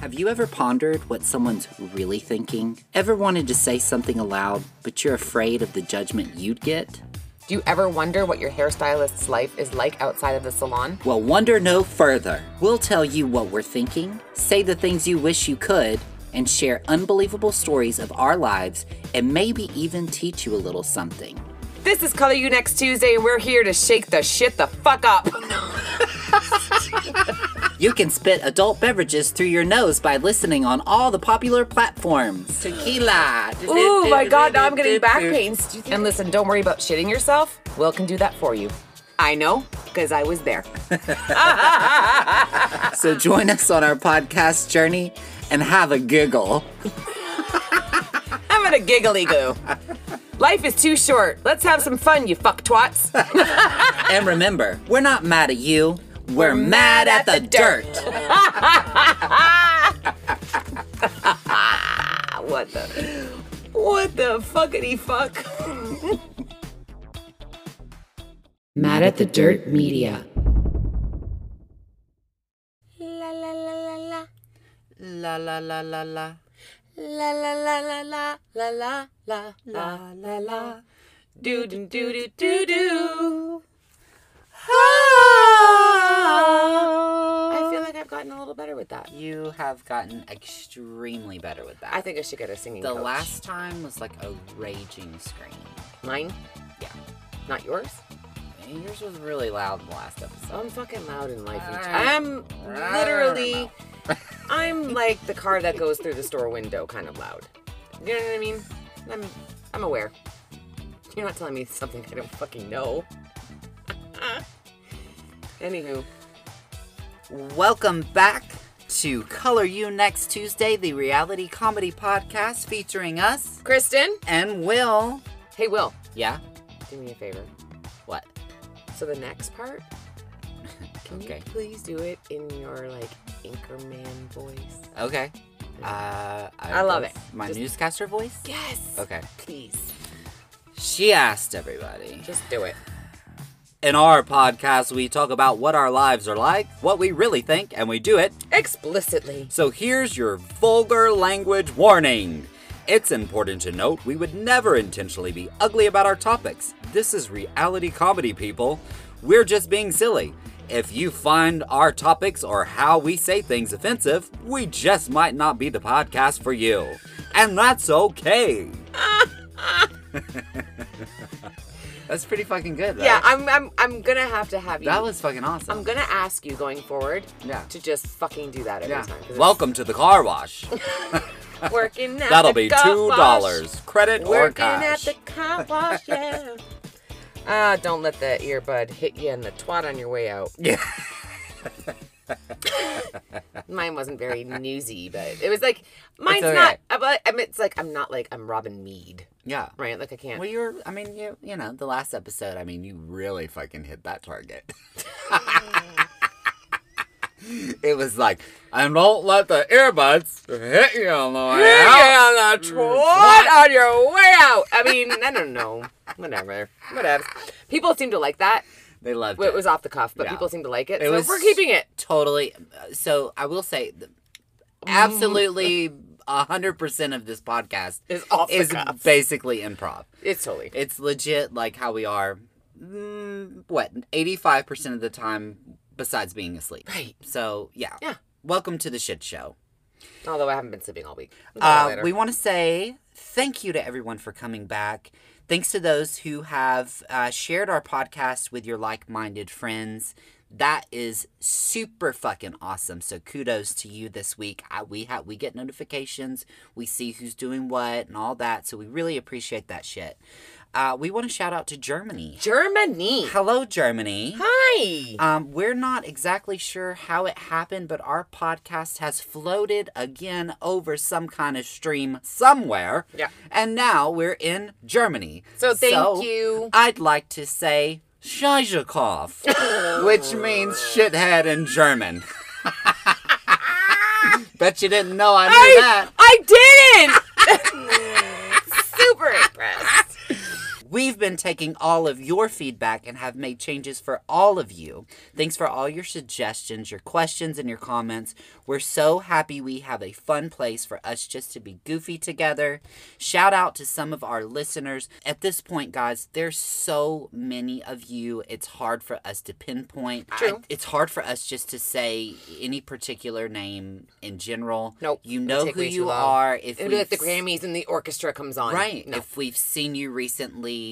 Have you ever pondered what someone's really thinking? Ever wanted to say something aloud, but you're afraid of the judgment you'd get? Do you ever wonder what your hairstylist's life is like outside of the salon? Well, wonder no further. We'll tell you what we're thinking, say the things you wish you could, and share unbelievable stories of our lives, and maybe even teach you a little something. This is Color You Next Tuesday, and we're here to shake the shit the fuck up. You can spit adult beverages through your nose by listening on all the popular platforms. Tequila. Ooh, my God, now I'm getting back pains. And listen, don't worry about shitting yourself. Will can do that for you. I know, because I was there. So join us on our podcast journey and have a giggle. I'm gonna giggly goo. Life is too short. Let's have some fun, you fuck twats. And remember, we're not mad at you. We're, mad, at, the, dirt. what the? What the fuckity fuck? Mad at the Dirt Media. La la la la la. La la la la la La la la la la la la la la. la la. Do do do do do do. Ah! I Um, feel like I've gotten a little better with that. You have gotten extremely better with that. I think I should get a singing the coach. last time was like a raging scream. Mine? Yeah. Not yours? And yours was really loud in the last episode. I'm fucking loud in life. each- Alright. I'm literally, I'm like the car that goes through the store window, kind of loud. You know what I mean? I'm, I'm aware. You're not telling me something I don't fucking know. Anywho, Welcome back to Color You Next Tuesday, the reality comedy podcast featuring us Kristen. and Will. Hey, Will, Yeah? do me a favor. What? So the next part, can Okay. you please do it in your like Anchorman voice? Okay. Uh, I, I love it. My Just- newscaster voice? Yes. Okay. Please, She asked everybody. just do it. In our podcast, we talk about what our lives are like, what we really think, and we do it Explicitly. So here's your vulgar language warning. It's important to note we would never intentionally be ugly about our topics. This is reality comedy, people. We're just being silly. If you find our topics or how we say things offensive, we just might not be the podcast for you. And that's okay. that's pretty fucking good, right? Yeah, I'm, I'm, I'm gonna have to have you. That was fucking awesome. I'm gonna ask you going forward Yeah. to just fucking do that every Yeah. time. 'cause it's Welcome to the car wash. Working at That'll the be car two wash. dollars, credit or Working at cash. the car wash, yeah. Ah, don't let the earbud hit you in the twat on your way out. Yeah. Mine wasn't very newsy, but it was like mine's okay. not. But I mean, it's like I'm not like I'm Robin Mead, Yeah. right? Like I can't. Well, you're. I mean, you. You know, the last episode. I mean, you really fucking hit that target. it was like, and don't let the earbuds hit you on the way out. Mm-hmm. on the twat on your way out. I mean, I don't know. Whatever, whatever. People seem to like that. They loved Well, it. it was off the cuff, but Yeah. people seem to like it, It so was we're keeping it. totally. So I will say, th- Mm-hmm. absolutely, hundred percent of this podcast Is off the is cuff. basically improv. It's totally. It's legit, like how we are. Mm, what eighty five percent of the time, besides being asleep. Right. So yeah. Yeah. Welcome to the shit show. Although I haven't been sleeping all week. Uh, Later. we want to say thank you to everyone for coming back. Thanks to those who have uh, shared our podcast with your like minded friends. That is super fucking awesome. So kudos to you this week. I, we ha- we get notifications. We see who's doing what and all that. So we really appreciate that shit. Uh, we want to shout out to Germany. Germany. Hello, Germany. Hi. Um, we're not exactly sure how it happened, but our podcast has floated again over some kind of stream somewhere. Yeah. And now we're in Germany. So thank you. I'd like to say Scheizekopf, which means shithead in German. Bet you didn't know I knew that. I didn't. Super impressed. We've been taking all of your feedback and have made changes for all of you. Thanks for all your suggestions, your questions, and your comments. We're so happy we have a fun place for us just to be goofy together. Shout out to some of our listeners. At this point, guys, there's so many of you, it's hard for us to pinpoint. I- True. it's hard for us just to say any particular name in general. Nope. You It'd know take who way too you long. are. If It'll be like the we've Grammys and the orchestra comes on. Right. No. If we've seen you recently,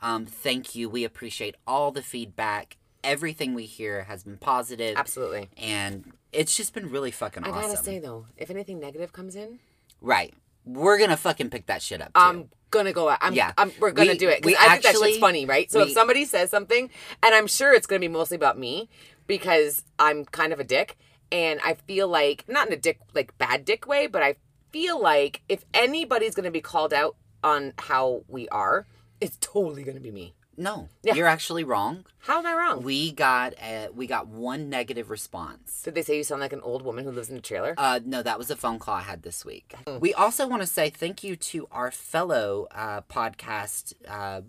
um, thank you. We appreciate all the feedback. Everything we hear has been positive, Absolutely. and it's just been really fucking I awesome. gotta say though, if anything negative comes in, right. We're gonna fucking pick that shit up. Too. I'm gonna go. I'm, Yeah. I'm, we're gonna We- do it. we We I think that actually- shit's funny, right? So we- if somebody says something, and I'm sure it's gonna be mostly about me because I'm kind of a dick, and I feel like not in a dick like bad dick way, but I feel like if anybody's gonna be called out on how we are, it's totally gonna be me. no, Yeah. you're actually wrong. How am I wrong? We got a, we got one negative response. Did they say you sound like an old woman who lives in a trailer? Uh, no, that was a phone call I had this week. We also want to say thank you to our fellow uh, podcast. Uh,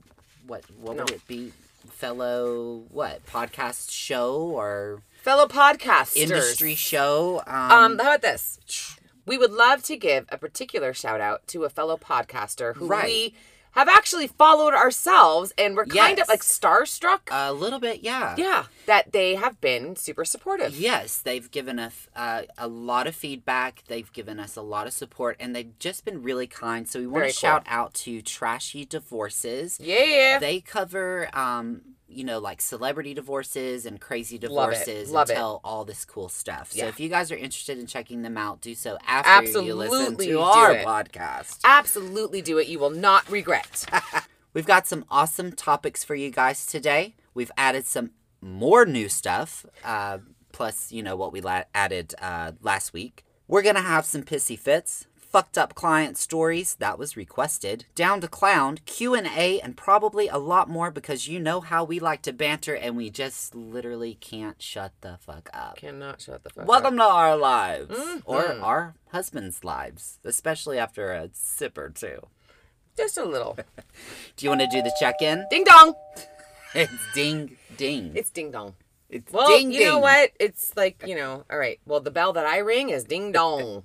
what what would it be? Fellow what podcast show or Fellow podcasters. industry show? Um, Um, how about this? We would love to give a particular shout out to a fellow podcaster who Right. we have actually followed ourselves, and we're kind Yes. of like starstruck. a little bit, yeah. yeah, that they have been super supportive. Yes, they've given us uh, a lot of feedback. They've given us a lot of support, and they've just been really kind. So we want Very to cool. shout out to Trashy Divorces. Yeah, they cover um you know like celebrity divorces and crazy Love it. divorces and Love it. tell all this cool stuff so Yeah. if you guys are interested in checking them out do so after you listen Absolutely to do our it. podcast absolutely do it. You will not regret. we've got some awesome topics for you guys today we've added some more new stuff uh, plus you know what we la- added uh, last week we're gonna have some pissy fits fucked up client stories that was requested down to clown q&a and probably a lot more because you know how we like to banter and we just literally can't shut the fuck up Cannot shut the fuck welcome to our lives or our husbands lives especially after a sip or two Just a little do you want to do the check-in ding dong. It's ding ding. It's ding dong. It's Well, ding you ding. know what? It's like you know. All right. Well, the bell that I ring is ding dong.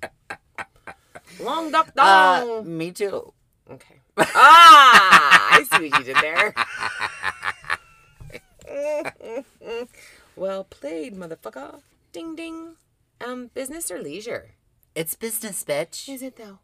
Long duck dong. Uh, me too. Okay. Ah, I see what you did there. well played, motherfucker. Ding ding. Um, business or leisure? It's business, bitch. Is it though?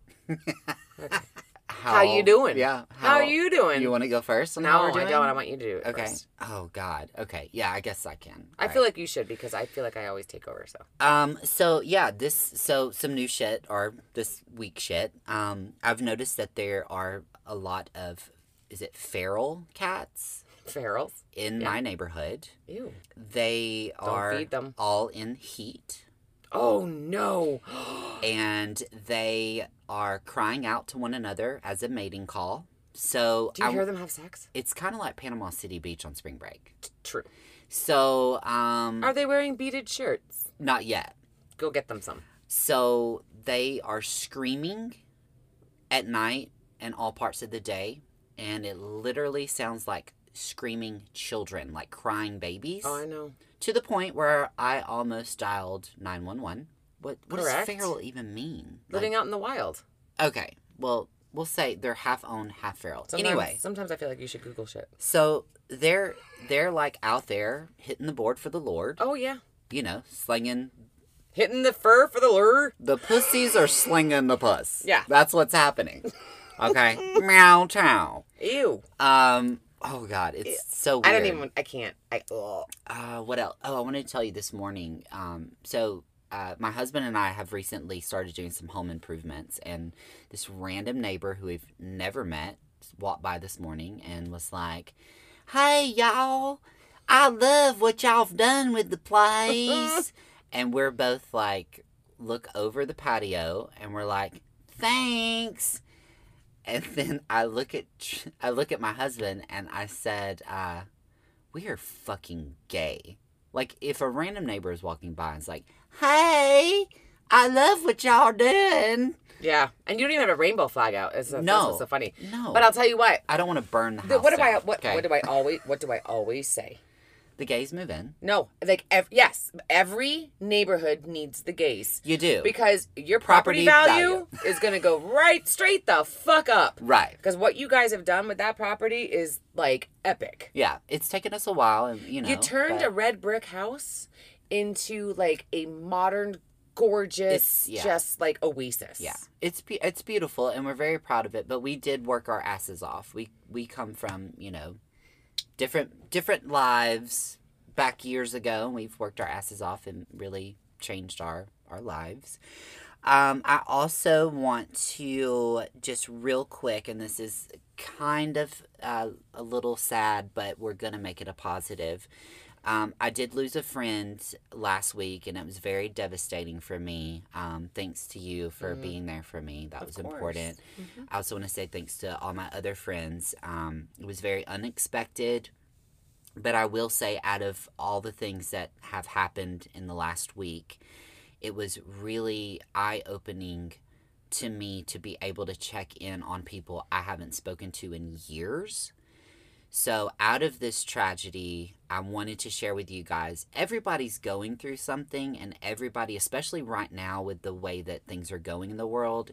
How, you doing? Yeah. How you doing? You want to go first? on No, how we're I doing? don't. I want you to do it. Okay. first. Oh God. Okay. Yeah, I guess I can. I feel like you should because I feel like I always take over. So Um. So yeah, this so some new shit or this week shit. Um. I've noticed that there are a lot of is it feral cats ferals. in my neighborhood. Ew. They are feed them. all in heat. Oh no. and they are crying out to one another as a mating call. So Do you I- hear them have sex? It's kind of like Panama City Beach on spring break. True. So um, Are they wearing beaded shirts? not yet. Go get them some. So they are screaming at night and all parts of the day, and it literally sounds like screaming children, like crying babies, Oh, I know. to the point where I almost dialed nine one one. What what Correct. does feral even mean? Like, Living out in the wild. Okay. Well, we'll say they're half owned, half feral. Sometimes, Anyway, Sometimes I feel like you should Google shit. so they're they're like out there hitting the board for the Lord. Oh yeah. You know, slinging Hitting the fur for the lure. the pussies are slinging the puss. Yeah. that's what's happening. Okay, meow town. Ew. Um. Oh God, it's so weird. I don't even. I can't. I. Ugh. Uh, what else? Oh, I wanted to tell you this morning. Um, so uh, my husband and I have recently started doing some home improvements, and this random neighbor who we've never met walked by this morning and was like, "Hey, y'all, I love what y'all've done with the place," and we're both like, look over the patio, and we're like, "Thanks." And then I look at I look at my husband and I said, uh, we are fucking gay. Like, if a random neighbor is walking by and is like, hey, I love what y'all doing, Yeah, and you don't even have a rainbow flag out. It's, that's, No. that's what's so funny. No. but I'll tell you what. I don't want to burn the house. The- what do down. I what Okay. what do I always what do I always say? The gays move in. No, like ev- yes, every neighborhood needs the gays You do. because your Property property, value, is going to go right straight the fuck up. Right. Because what you guys have done with that property is like epic. Yeah, it's taken us a while, and you know. You turned but a red brick house into like a modern, It's- gorgeous, yeah. just like oasis. Yeah, it's be- it's beautiful, and we're very proud of it. But we did work our asses off. We we come from you know, different different lives back years ago, and we've worked our asses off and really changed our our lives. Um, I also want to just real quick, and this is kind of uh, a little sad, but we're gonna make it a positive. Um, I did lose a friend last week, and it was very devastating for me. Um, thanks to you for being there for me. That was important. I also want to say thanks to all my other friends. Um, it was very unexpected, but I will say, out of all the things that have happened in the last week, it was really eye opening to me to be able to check in on people I haven't spoken to in years. So, out of this tragedy, I wanted to share with you guys everybody's going through something, and everybody, especially right now with the way that things are going in the world,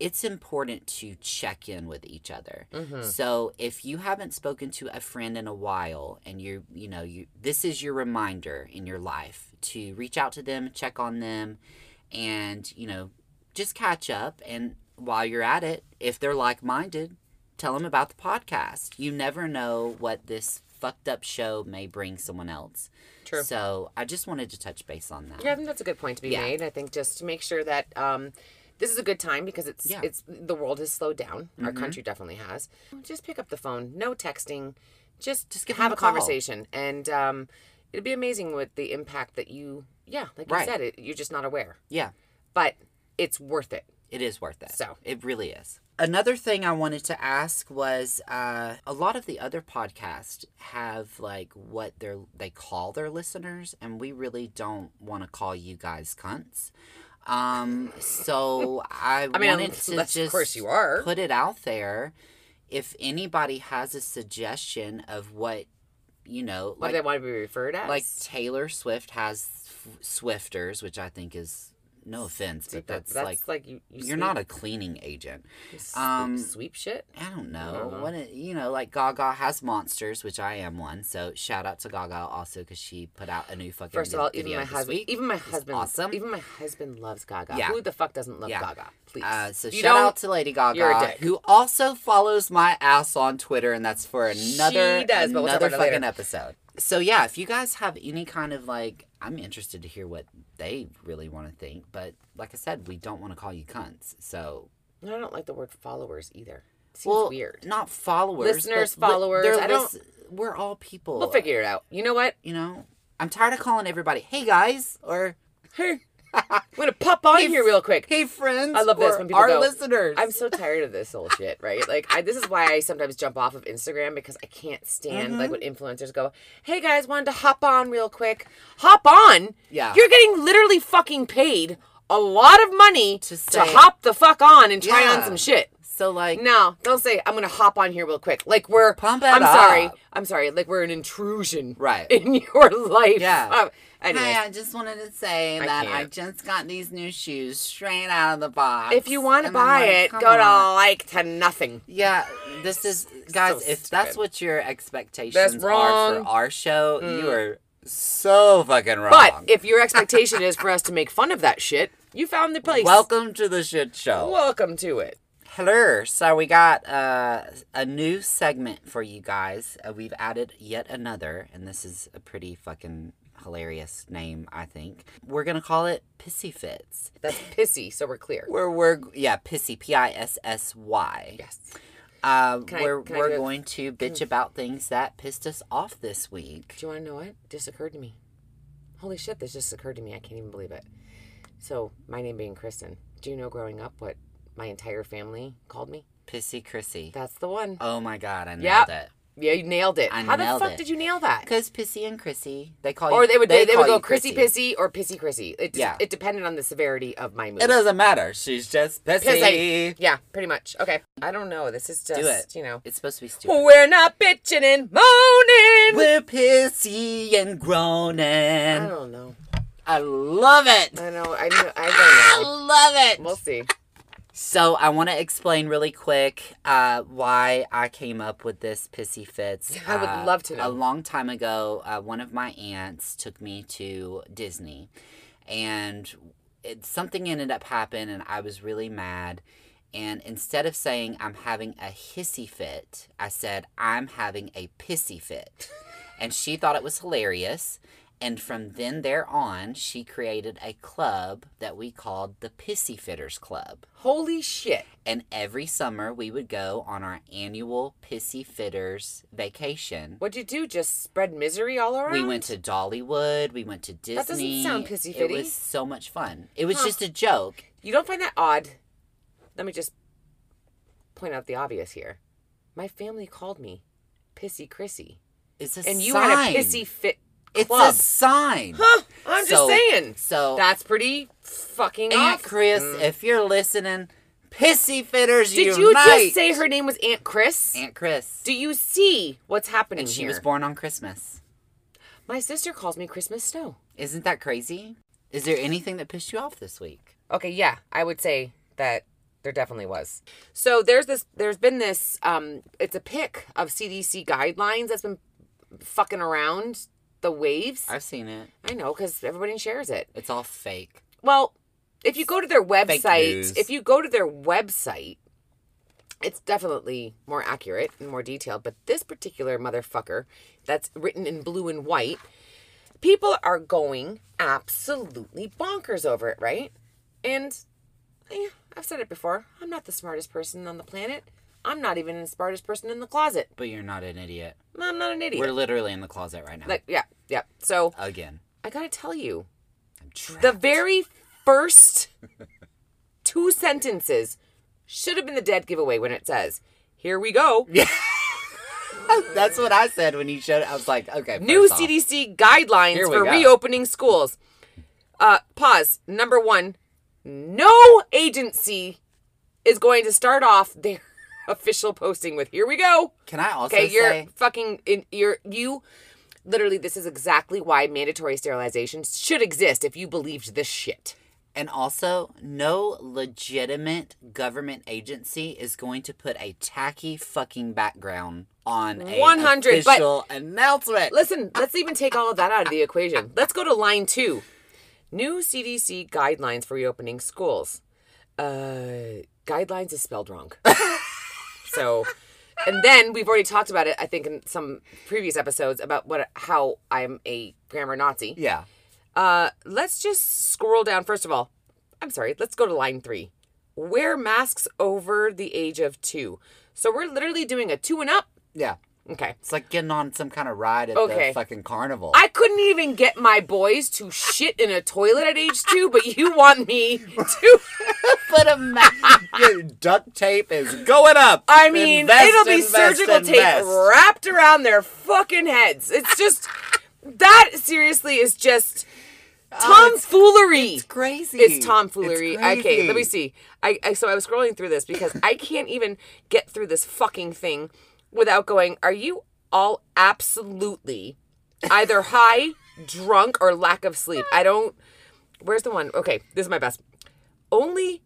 it's important to check in with each other. Mm-hmm. Hmm. So, if you haven't spoken to a friend in a while and you, you know, you this is your reminder in your life to reach out to them, check on them, and, you know, just catch up and while you're at it, if they're like-minded, tell them about the podcast. You never know what this fucked up show may bring someone else. True. So, I just wanted to touch base on that. Yeah, I think that's a good point to be Yeah. made. I think just to make sure that um, this is a good time because it's Yeah. it's the world has slowed down. Our country definitely has. Just pick up the phone. No texting. Just just give have them a, a call. conversation, and um, it'd be amazing with the impact that you. Yeah, like Right. you said, it, you're just not aware, Yeah. but it's worth it. It is worth it. So. it really is. Another thing I wanted to ask was uh, a lot of the other podcasts have like what they are they call their listeners, and we really don't want to call you guys cunts. Um, so I, I mean, wanted to unless, just of course, you are. put it out there. If anybody has a suggestion of what you know, What do they want to be referred as? like Taylor Swift has f- Swifters, which I think is no offense, but That- that's, like you, you you're sweep- not a cleaning agent. you sweep, um, sweep shit. I don't know. don't know. What it, you know, like Gaga has monsters, which I am one. So shout out to Gaga also because she put out a new fucking First of all, video even my this husband, week. even my husband, awesome. even my husband loves Gaga. Yeah. Who the fuck doesn't love Yeah. Gaga? Please. Uh, so You shout don't- out to Lady Gaga, You're a dick. who also follows my ass on Twitter, and that's for another She does, but we'll talk another about it fucking later. episode. So yeah, if you guys have any kind of like, I'm interested to hear what they really want to think. But like I said, we don't want to call you cunts. So No, I don't like the word followers either. It seems well, weird. not followers, Listeners, but li- followers, they're I don't- we're all people. We'll figure it out. You know what? you know, I'm tired of calling everybody, hey guys, or Hey, I'm gonna pop on here real quick. hey friends. I love this or when people our go, listeners. I'm so tired of this whole shit, right? Like, I, this is why I sometimes jump off of Instagram because I can't stand Mm-hmm. like when influencers go, "Hey guys, wanted to hop on real quick." Hop on. Yeah. You're getting literally fucking paid a lot of money to, say- hop the fuck on and try on Yeah. some shit. so like No, don't say I'm gonna hop on here real quick. Like we're Pump it I'm sorry. up. I'm sorry. Like we're an intrusion, Right. in your life. Yeah. Um, anyways, Hi, I just wanted to say I that I can't. just got these new shoes straight out of the box. if you want to And I'm buy like, it, "Come go to on." like to nothing. Yeah, this is guys. So if that's stupid. what your expectations are wrong. Mm. for our show, you are so fucking wrong. But if your expectation is for us to make fun of that shit, you found the place. welcome to the shit show. welcome to it. Hello. So we got uh, a new segment for you guys. Uh, we've added yet another, and this is a pretty fucking hilarious name, I think. We're gonna call it Pissy Fits. That's pissy, so we're clear. Where we're yeah, pissy, P I S S Y. Yes. Uh, I- we're can I we're do a- going to bitch about things that pissed us off this week. Do you want to know what just occurred to me? Holy shit, this just occurred to me. I can't even believe it. So, my name being Kristen, do you know growing up what my entire family called me? Pissy Chrissy. That's the one. Oh my god, I nailed Yep. it. Yeah, you nailed it. I How nailed the fuck it. did you nail that? Because Pissy and Chrissy, they call Or you. they would they, call would go you Chrissy Pissy or Pissy Chrissy. It just, Yeah. it depended on the severity of my mood. It doesn't matter. She's just Pissy. Pissy. Yeah, pretty much. Okay. I don't know. This is just Do it. you know. It's supposed to be stupid. We're not bitching and moaning. We're pissy and I groaning. don't know. I love it. I know. I know. I I don't know. love it. We'll see. So I want to explain really quick uh, why I came up with this pissy fits. I would Uh, love to know. A long time ago, uh, one of my aunts took me to Disney, and it, something ended up happening, and I was really mad. And instead of saying I'm having a hissy fit, I said I'm having a pissy fit, and she thought it was hilarious. And from then there on, she created a club that we called the Pissy Fitters Club. Holy shit. And every summer we would go on our annual Pissy Fitters vacation. What'd you do? Just spread misery all around? We went to Dollywood, we went to Disney. doesn't sound pissy It fitty. was so much fun. It was just a joke. You don't find that odd? Let me just point out the obvious here. My family called me Pissy Chrissy. It's a And you sign. had a pissy fit It's club. a sign. Huh, I'm just So- saying. so- that's pretty fucking Aunt off. Chris, if you're listening, Pissy Fitters Did unite. you just say her name was Aunt Chris? Aunt Chris? Do you see what's happening and she here? was born on Christmas. My sister calls me Christmas Snow. Isn't that crazy? Is there anything that pissed you off this week? Okay, yeah, I would say that there definitely was. So there's this there's been this um it's a pic of CDC guidelines that's been fucking around the waves. I, I've seen it. know cuz everybody shares it. It's all fake. Well, if you go to their news. website, if you go to their website, it's definitely more accurate and more detailed, but this particular motherfucker that's written in blue and white, people are going absolutely bonkers over it, right? And yeah, I've said it before. I'm not the smartest person on the planet. I'm not even the smartest person in the closet. But you're not an idiot. I'm not an idiot. We're literally in the closet right now. like, yeah, yeah. So Again. I gotta tell you, I'm trapped. the very first two sentences should have been the dead giveaway when it says, "Here we go." That's what I said when you showed it. I was like, okay. New first off, CDC guidelines Here we for go. reopening schools. Uh, pause. Number one, no agency is going to start off their official posting with "Here we go." Can I also Okay, you're say? fucking in you're you literally this is exactly why mandatory sterilization should exist if you believed this shit. And also, no legitimate government agency is going to put a tacky fucking background on a 100, but- official announcement. Listen, let's even take all of that out of the equation. Let's go to line 2. New CDC guidelines for reopening schools. Uh guidelines is spelled wrong. so and then we've already talked about it I think in some previous episodes about what how I'm a grammar Nazi. Yeah. Uh, let's just scroll down. First of all, I'm sorry. Let's go to line three. Wear masks over the age of two. So we're literally doing a two and up. Yeah. Okay. It's like getting on some kind of ride at the Okay. fucking carnival. I couldn't even get my boys to shit in a toilet at age two, but you want me to. put a ma- Your duct tape is going up. I mean, Invest, it'll be invest, surgical invest. tape wrapped around their fucking heads. It's just. that seriously is just tomfoolery. Oh, It's crazy. It's tomfoolery. It's Okay, let me crazy. see. I, I so I was scrolling through this because I can't even get through this fucking thing without going. Are you all absolutely either high, drunk, or lack of sleep? I don't. Where's the one? Okay, this is my best. Only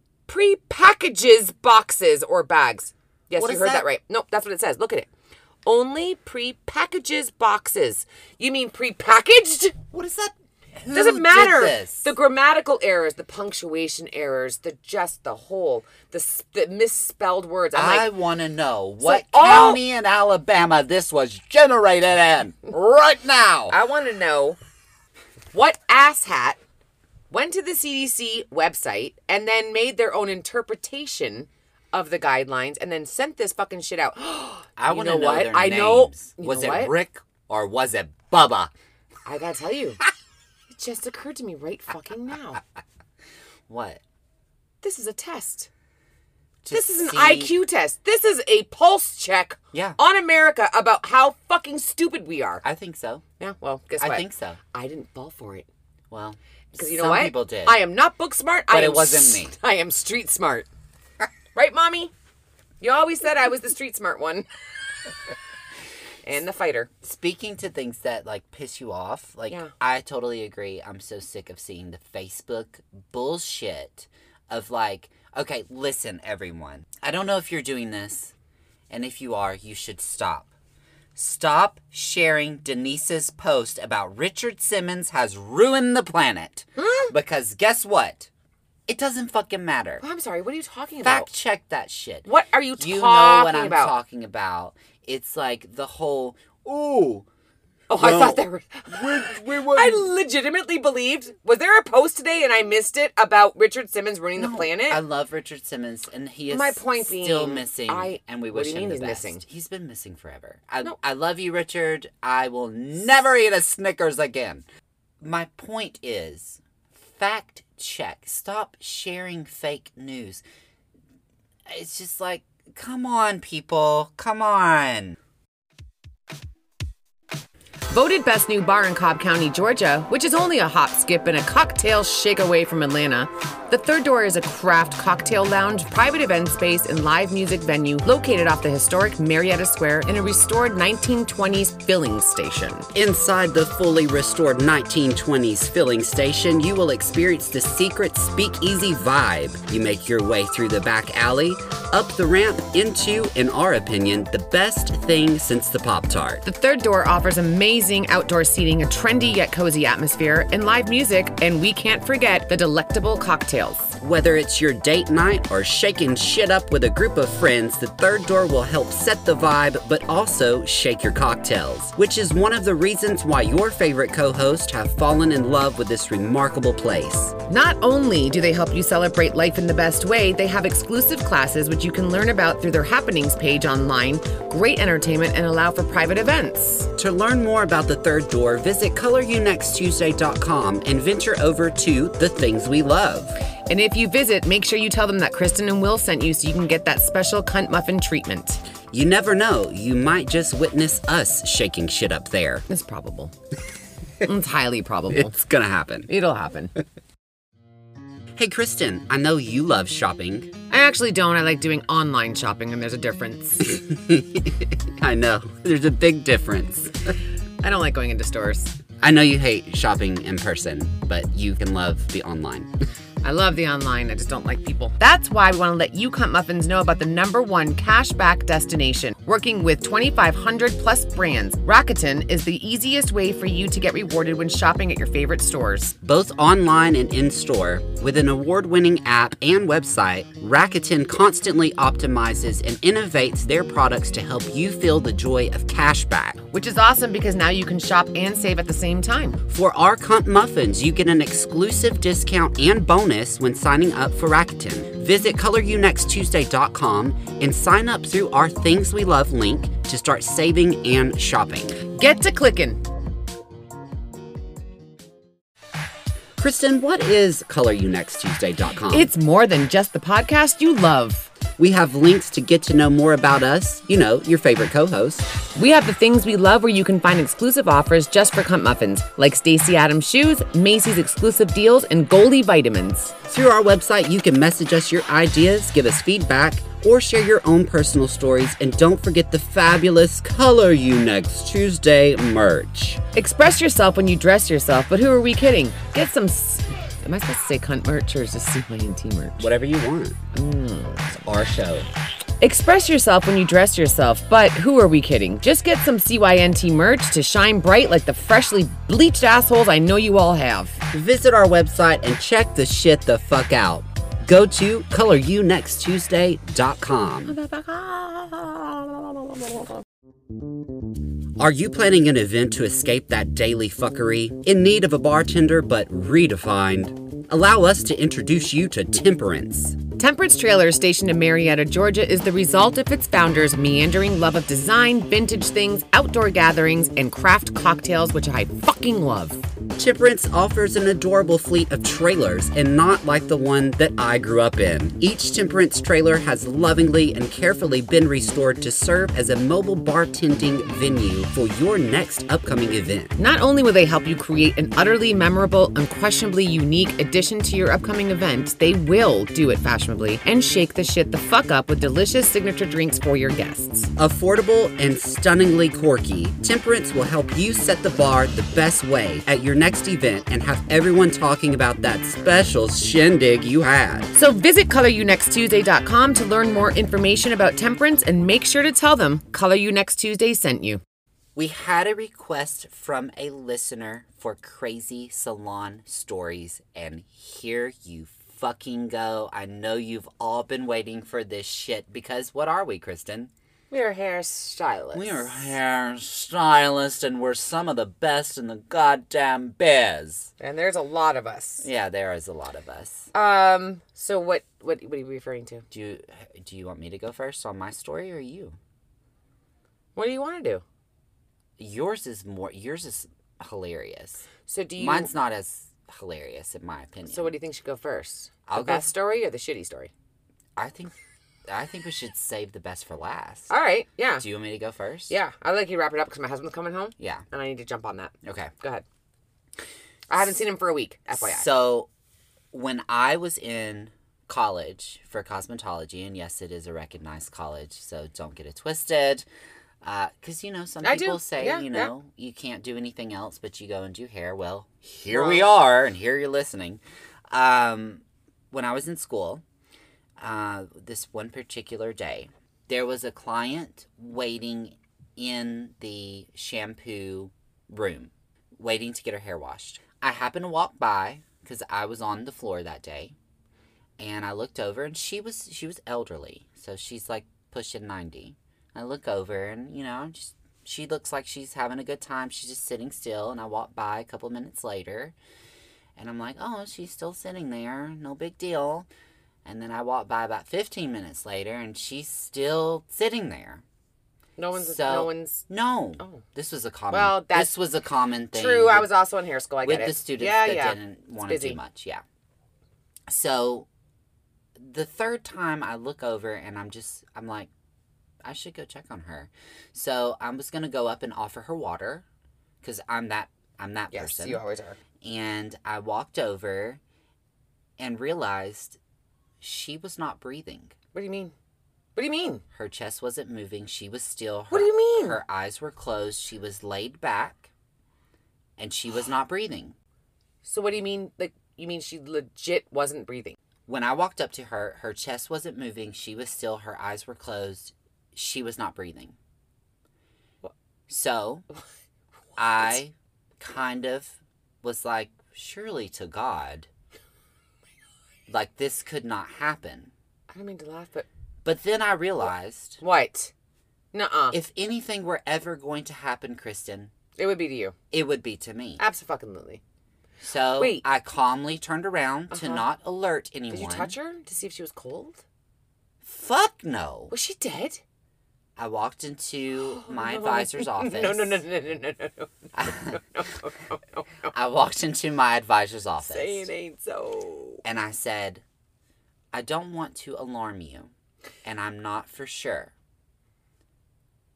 pre-packages boxes or bags. Yes, What you is heard that? that? right. No, that's what it says. Look at it. Only pre-packages boxes. You mean pre-packaged? What is that? Who doesn't did matter this? the grammatical errors the punctuation errors the just the whole the, s- the misspelled words i'm I like oh! want to know what all- county in Alabama this was generated in right now. i want to know what asshat went to the cdc website and then made their own interpretation of the guidelines and then sent this fucking shit out I You want to know know, what? their I know- names. you Was know it what? Rick or was it Bubba? i gotta tell you it just occurred to me right fucking now What? this is a test to This is an see- IQ test. This is a pulse check Yeah. on America about how fucking stupid we are. I think so. yeah, well, guess I what? think so. I didn't fall for it. Well, Because you know some what? people did. I am not book smart. I But it am wasn't s- me. I am street smart. right, mommy? You always said I was the street smart one. and the fighter. Speaking to things that like piss you off, like Yeah. I totally agree. I'm so sick of seeing the Facebook bullshit of like, okay, listen, everyone. I don't know if you're doing this, and if you are, you should stop. Stop sharing Denise's post about Richard Simmons has ruined the planet. Because guess what? It doesn't fucking matter. Oh, I'm sorry. What are you talking about? Fact check that shit. What are you, you talking know what I'm about? talking about. It's like the whole ooh. oh, I thought there were. We I legitimately believed. Was there a post today and I missed it about Richard Simmons ruining the planet? I love Richard Simmons, and he is My point still being, missing, I- and we what wish do you him mean the he's best. missing? He's been missing forever. I, No. I love you, Richard. I will never eat a Snickers again. My point is, fact check. Stop sharing fake news. It's just like, come on, people, come on. Voted best new bar in Cobb County, Georgia, which is only a hop, skip, and a cocktail shake away from Atlanta. The Third Door is a craft cocktail lounge, private event space, and live music venue located off the historic Marietta Square in a restored 1920s filling station. Inside the fully restored 1920s filling station, you will experience the secret speakeasy vibe. You make your way through the back alley, up the ramp, into, in our opinion, the best thing since the Pop Tart. The Third Door offers amazing outdoor seating, a trendy yet cozy atmosphere, and live music, and we can't forget the delectable cocktails. Whether it's your date night or shaking shit up with a group of friends, the third door will help set the vibe but also shake your cocktails, which is one of the reasons why your favorite co hosts have fallen in love with this remarkable place. Not only do they help you celebrate life in the best way, they have exclusive classes which you can learn about through their happenings page online, great entertainment, and allow for private events. To learn more about the third door, visit coloryounexttuesday.com and venture over to the things we love. And if you visit, make sure you tell them that Kristen and Will sent you so you can get that special cunt muffin treatment. You never know, you might just witness us shaking shit up there. It's probable. it's highly probable. It's gonna happen. It'll happen. Hey, Kristen, I know you love shopping. I actually don't. I like doing online shopping, and there's a difference. I know, there's a big difference. I don't like going into stores. I know you hate shopping in person, but you can love the online. I love the online. I just don't like people. That's why we want to let you Cunt Muffins know about the number one cashback destination. Working with 2,500 plus brands, Rakuten is the easiest way for you to get rewarded when shopping at your favorite stores. Both online and in store, with an award winning app and website, Rakuten constantly optimizes and innovates their products to help you feel the joy of cashback. Which is awesome because now you can shop and save at the same time. For our Cunt Muffins, you get an exclusive discount and bonus when signing up for Rakuten. Visit coloryounexttuesday.com and sign up through our Things We Love link to start saving and shopping. Get to clicking. Kristen, what is coloryounexttuesday.com? It's more than just the podcast you love. We have links to get to know more about us, you know, your favorite co host. We have the things we love where you can find exclusive offers just for Cunt Muffins, like Stacy Adams shoes, Macy's exclusive deals, and Goldie vitamins. Through our website, you can message us your ideas, give us feedback, or share your own personal stories. And don't forget the fabulous Color You Next Tuesday merch. Express yourself when you dress yourself, but who are we kidding? Get some. s- Am I supposed to say cunt merch or is this C-Y-N-T merch? Whatever you want. Mm, It's our show. Express yourself when you dress yourself, but who are we kidding? Just get some CYNT merch to shine bright like the freshly bleached assholes I know you all have. Visit our website and check the shit the fuck out. Go to coloryounexttuesday.com. Are you planning an event to escape that daily fuckery? In need of a bartender, but redefined? Allow us to introduce you to Temperance. Temperance Trailer, stationed in Marietta, Georgia, is the result of its founders' meandering love of design, vintage things, outdoor gatherings, and craft cocktails, which I fucking love. Chip Rents offers an adorable fleet of trailers and not like the one that I grew up in. Each Temperance trailer has lovingly and carefully been restored to serve as a mobile bartending venue for your next upcoming event. Not only will they help you create an utterly memorable, unquestionably unique addition to your upcoming event, they will do it fashionably and shake the shit the fuck up with delicious signature drinks for your guests. Affordable and stunningly quirky, Temperance will help you set the bar the best way at your next event and have everyone talking about that special shindig you had. So visit coloryouNextTuesday.com to learn more information about temperance and make sure to tell them Color You Next Tuesday sent you. We had a request from a listener for crazy salon stories, and here you fucking go. I know you've all been waiting for this shit because what are we, Kristen? We're hairstylists. We are hairstylists, and we're some of the best in the goddamn biz. And there's a lot of us. Yeah, there is a lot of us. Um. So what? What? What are you referring to? Do you, do you want me to go first on my story or you? What do you want to do? Yours is more. Yours is hilarious. So do you? Mine's not as hilarious in my opinion. So what do you think should go first? The I'll go best story or the shitty story? I think I think we should save the best for last. All right. Yeah. Do you want me to go first? Yeah. I like you to wrap it up because my husband's coming home, Yeah. and I need to jump on that. Okay. Go ahead. I haven't seen him for a week. FYI. So, when I was in college for cosmetology, and yes, it is a recognized college, so don't get it twisted. Because, you know, some I do. people say, Yeah, you yeah. know, you can't do anything else, but you go and do hair. Well, here we are, and here you're listening. Um, when I was in school, uh, this one particular day, there was a client waiting in the shampoo room, waiting to get her hair washed. I happened to walk by because I was on the floor that day, and I looked over, and she was she was elderly, so she's like pushing ninety. I look over, and you know, I'm just she looks like she's having a good time. She's just sitting still, and I walk by a couple minutes later, and I'm like, oh, she's still sitting there, no big deal. And then I walk by about 15 minutes later, and she's still sitting there. no one's. so- no one's. No. Oh. This was a common. Well, that's this was a common thing. True. I with- was also in hair school. I with get it. the students yeah, that yeah. didn't It's want to do busy. much. Yeah. So, the third time I look over and I'm just I'm like, I should go check on her. So I was gonna go up and offer her water, because I'm that I'm that Yes, person you always are. and I walked over and realized she was not breathing. What do you mean? What do you mean? Her chest wasn't moving. She was still. Her, What do you mean? Her eyes were closed. She was laid back, and she was not breathing. So what do you mean? Like you mean she legit wasn't breathing? When I walked up to her, her chest wasn't moving. She was still. Her eyes were closed. She was not breathing. So, I kind of was like, surely to God, like this could not happen. I don't mean to laugh, but But then I realized what? Nuh-uh. if anything were ever going to happen, Kristen, it would be to you. it would be to me. Absolutely. So Uh, Wait. Uh-huh. I calmly turned around to not alert anyone. Did you touch her to see if she was cold? Fuck no. Was she dead? I walked into my advisor's office. No, no, no, no, no, no, no, no. I walked into my advisor's office Say it ain't so. and I said, I don't want to alarm you, and I'm not for sure.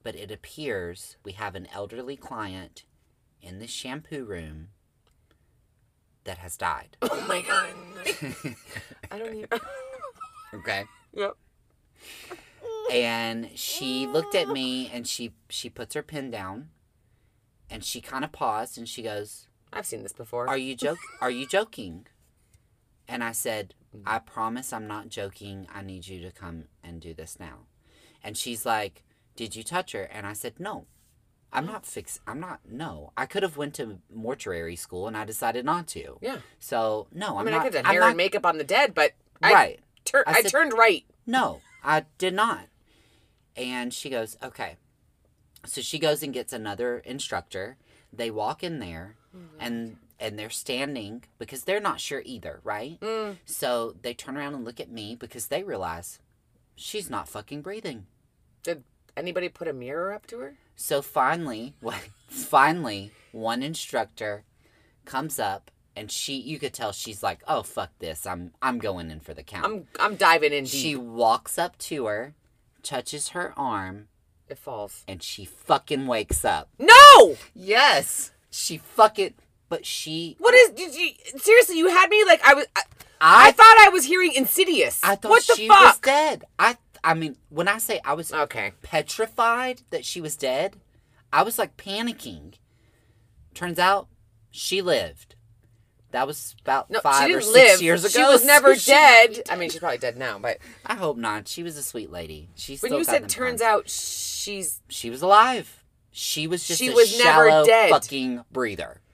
But it appears we have an elderly client in the shampoo room that has died. Oh my god. I don't even. Okay. Yep. and she looked at me and she she puts her pen down and she kind of paused and she goes I've seen this before. are you joke are you joking and i said Mm-hmm. i promise i'm not joking i need you to come and do this now and she's like did you touch her and i said no i'm not fix i'm not no i could have went to mortuary school and i decided not to Yeah. so no I i'm mean, not I could have I'm hair not- and makeup on the dead, but Right. I, tur- I I, said- turned right. No, I did not. And she goes, okay. So she goes and gets another instructor. They walk in there Mm-hmm. and and they're standing because they're not sure either, right? Mm. So they turn around and look at me because they realize she's not fucking breathing. Did anybody put a mirror up to her? So finally, finally, one instructor comes up and she you could tell she's like, "Oh fuck this. I'm I'm going in for the count." I'm I'm diving in deep. she walks up to her, touches her arm, it falls. and she fucking wakes up. No! Yes. She fucking but she What is? Did you seriously? You had me like I was. I, I I thought I was hearing Insidious. I thought what the she was fuck? Oh. dead. I I mean, when I say I was Okay. petrified that she was dead, I was like panicking. Turns out she lived. That was about No, five she or didn't six live. years ago. She was never She- dead. I mean, she's probably dead now. But I hope not. She was a sweet lady. She when still you got said them turns puns. out she's she was alive. She was just She a was never shallow dead. fucking breather.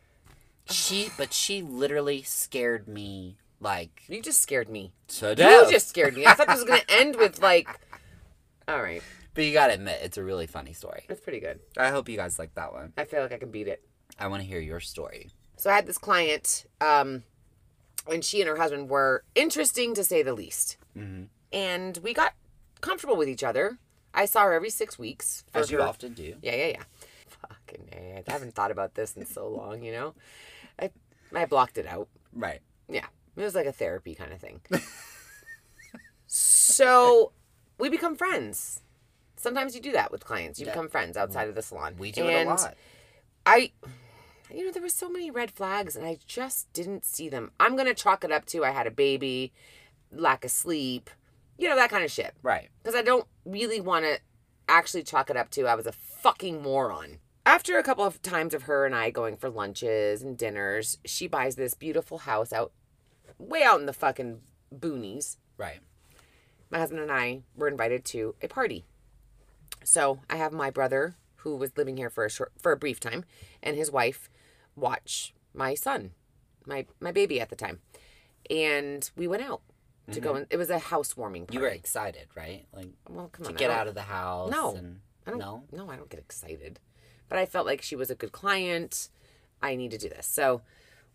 She, but she literally scared me like you just scared me. to You death. just scared me. I thought this was gonna end with like. All right, But you gotta admit, it's a really funny story. that's pretty good. I hope you guys like that one. I feel like I can beat it. I want to hear your story. So I had this client, um, and she and her husband were interesting to say the least. Mm-hmm. And we got comfortable with each other. I saw her every six weeks. for As you her- often do. Yeah, yeah, yeah. Fucking A. I haven't thought about this in so long, you know? I, I blocked it out. Right. Yeah. It was like a therapy kind of thing. so we become friends. Sometimes you do that with clients. You become friends outside of the salon. We do it a And lot. I, you know, there were so many red flags, and I just didn't see them. I'm gonna chalk it up to I had a baby, lack of sleep, you know, that kind of shit. Right. Because I don't really want to actually chalk it up to I was a fucking moron. After a couple of times of her and I going for lunches and dinners, she buys this beautiful house out, way out in the fucking boonies Right. my husband and I were invited to a party. So I have my brother, who was living here for a short, for a brief time, and his wife watch my son, my my baby at the time, and we went out to go. And it was a housewarming party. Mm-hmm. You were excited, right? Like well, come to on, I get don't- out of the house. No. And, I don't, no. no, I don't get excited. But I felt like she was a good client. I need to do this. So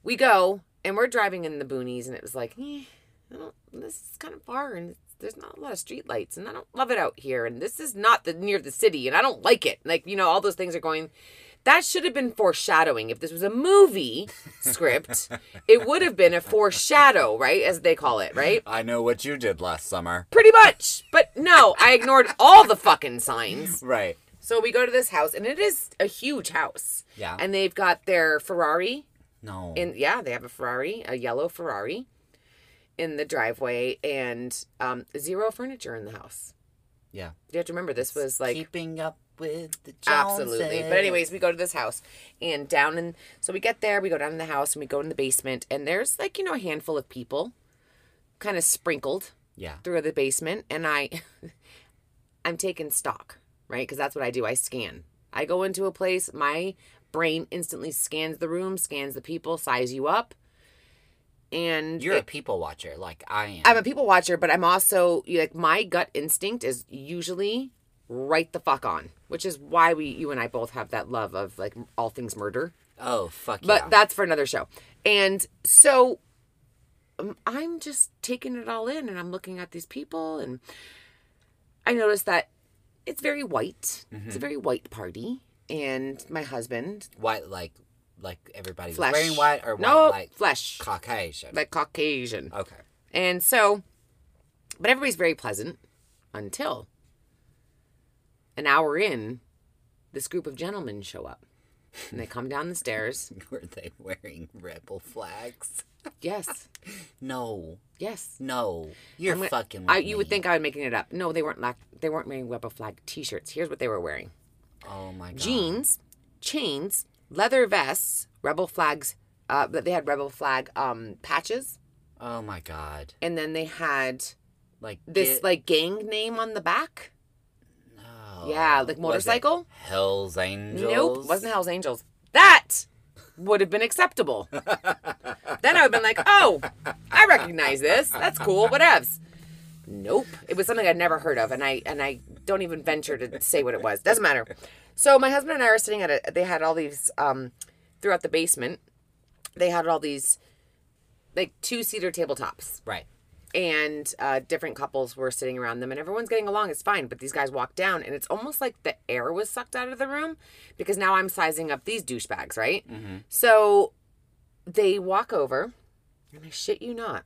we go and we're driving in the boonies, and it was like, eh, I don't, this is kind of far, and there's not a lot of street lights, and I don't love it out here, and this is not the near the city, and I don't like it. Like you know, all those things are going. That should have been foreshadowing. If this was a movie script, it would have been a foreshadow, right? As they call it, right? I know what you did last summer. Pretty much. But no, I ignored all the fucking signs. Right. So we go to this house, and it is a huge house. Yeah. And they've got their Ferrari, No. and yeah, they have a Ferrari, a yellow Ferrari, in the driveway, and um, zero furniture in the house. yeah. You have to remember this was like keeping up with the Joneses. absolutely. But anyways, we go to this house, and down in so we get there, we go down in the house, and we go in the basement, and there's like you know a handful of people, kind of sprinkled Yeah. through the basement and I I'm taking stock, right? Cuz that's what I do. I scan. I go into a place, my brain instantly scans the room, scans the people, size you up. And You're a people watcher, like I am. I'm a people watcher, but I'm also like my gut instinct is usually right the fuck on, which is why we you and I both have that love of like all things murder. oh fuck But yeah. that's for another show. And so um, I'm just taking it all in and I'm looking at these people and I noticed that it's very white. Mm-hmm. It's a very white party. And my husband, white like like everybody was flesh. wearing white or white no, like flesh. Caucasian. Like Caucasian. okay. And so, but everybody's very pleasant until an hour in, this group of gentlemen show up. And they come down the stairs. Were they wearing rebel flags? Yes. No. Yes. No. You're I'm gonna- fucking with I, you would me. think I was making it up. No, they weren't. Lack, they weren't wearing Web of Flag T-shirts. Here's what they were wearing: Oh my god. jeans, chains, leather vests, Rebel flags. Uh, but they had Rebel flag um, patches, Oh my god. and then they had Like this get- like gang name on the back. Oh. yeah, like Was it motorcycle? Hell's Angels. Nope, wasn't Hell's Angels. That would have been acceptable. then I would have been like, oh, I recognize this. That's cool. Whatevs. Nope. It was something I'd never heard of, and I and I don't even venture to say what it was. Doesn't matter. So my husband and I are sitting at a. They had all these um, throughout the basement. They had all these like two seater tabletops Right. and uh, different couples were sitting around them, and everyone's getting along. It's fine, but these guys walk down, and it's almost like the air was sucked out of the room because now I'm sizing up these douchebags, right? So they walk over, and I shit you not,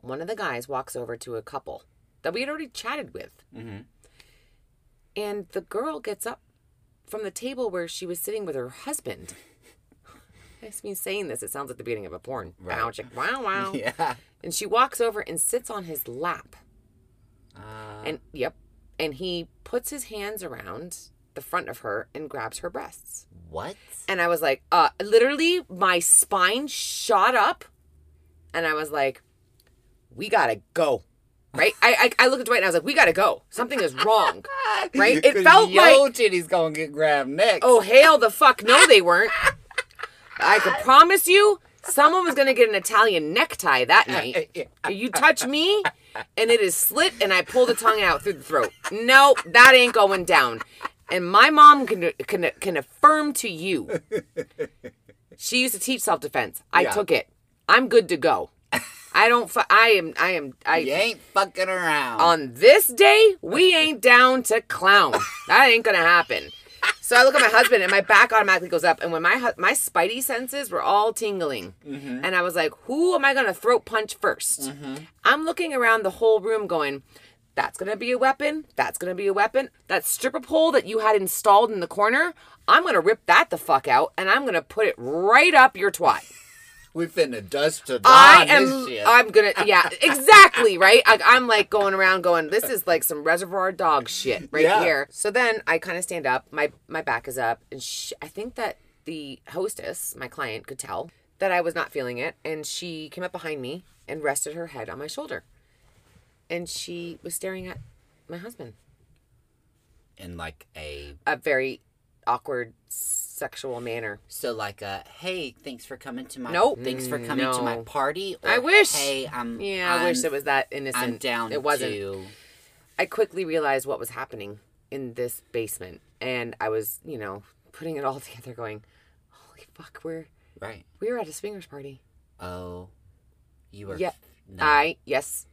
one of the guys walks over to a couple that we had already chatted with. Mhm. And the girl gets up from the table where she was sitting with her husband. That's me saying this. It sounds like the beginning of a porn. Wow, chick, wow, wow. Yeah. And she walks over and sits on his lap. Uh, And yep. And he puts his hands around the front of her and grabs her breasts. what? And I was like, uh, literally, my spine shot up. And I was like, we gotta go. Right? I, I, I looked at Dwight and I was like, we gotta go. Something is wrong. Right? It felt Yo like, titty's gonna get grabbed next. oh, hell the fuck. No, they weren't. I could promise you, someone was gonna get an Italian necktie that night. You touch me, and it is slit, and I pull the tongue out through the throat. No, that ain't going down. And my mom can can, can affirm to you. She used to teach self defense. I Yeah. took it. I'm good to go. I don't. Fu- I am. I am. I You ain't fucking around. on this day, we ain't down to clown. That ain't gonna happen. So I look at my husband, and my back automatically goes up. And when my hu- my spidey senses were all tingling, and I was like, "Who am I gonna throat punch 1st i I'm looking around the whole room, going, "That's gonna be a weapon. That's gonna be a weapon. That stripper pole that you had installed in the corner, I'm gonna rip that the fuck out, and I'm gonna put it right up your twat." we finna dust to I dawn am. Ah, this shit. I'm gonna. Yeah, exactly. Right. I, I'm like going around, going. This is like some Reservoir Dog shit right Yeah. here. So then I kind of stand up. My my back is up, and she, I think that the hostess, my client, could tell that I was not feeling it, and she came up behind me and rested her head on my shoulder, and she was staring at my husband. In like a A very awkward sexual manner. so like a hey, thanks for coming to my Nope. thanks for coming to No. my party. or, I wish. Hey, I'm Yeah, i I'm, wish it was that innocent. I'm down. It wasn't. To, I quickly realized what was happening in this basement, and I was, you know, putting it all together, going, "Holy fuck, we're right. we were at a swingers party." Oh, you were. Yeah, No. I yes,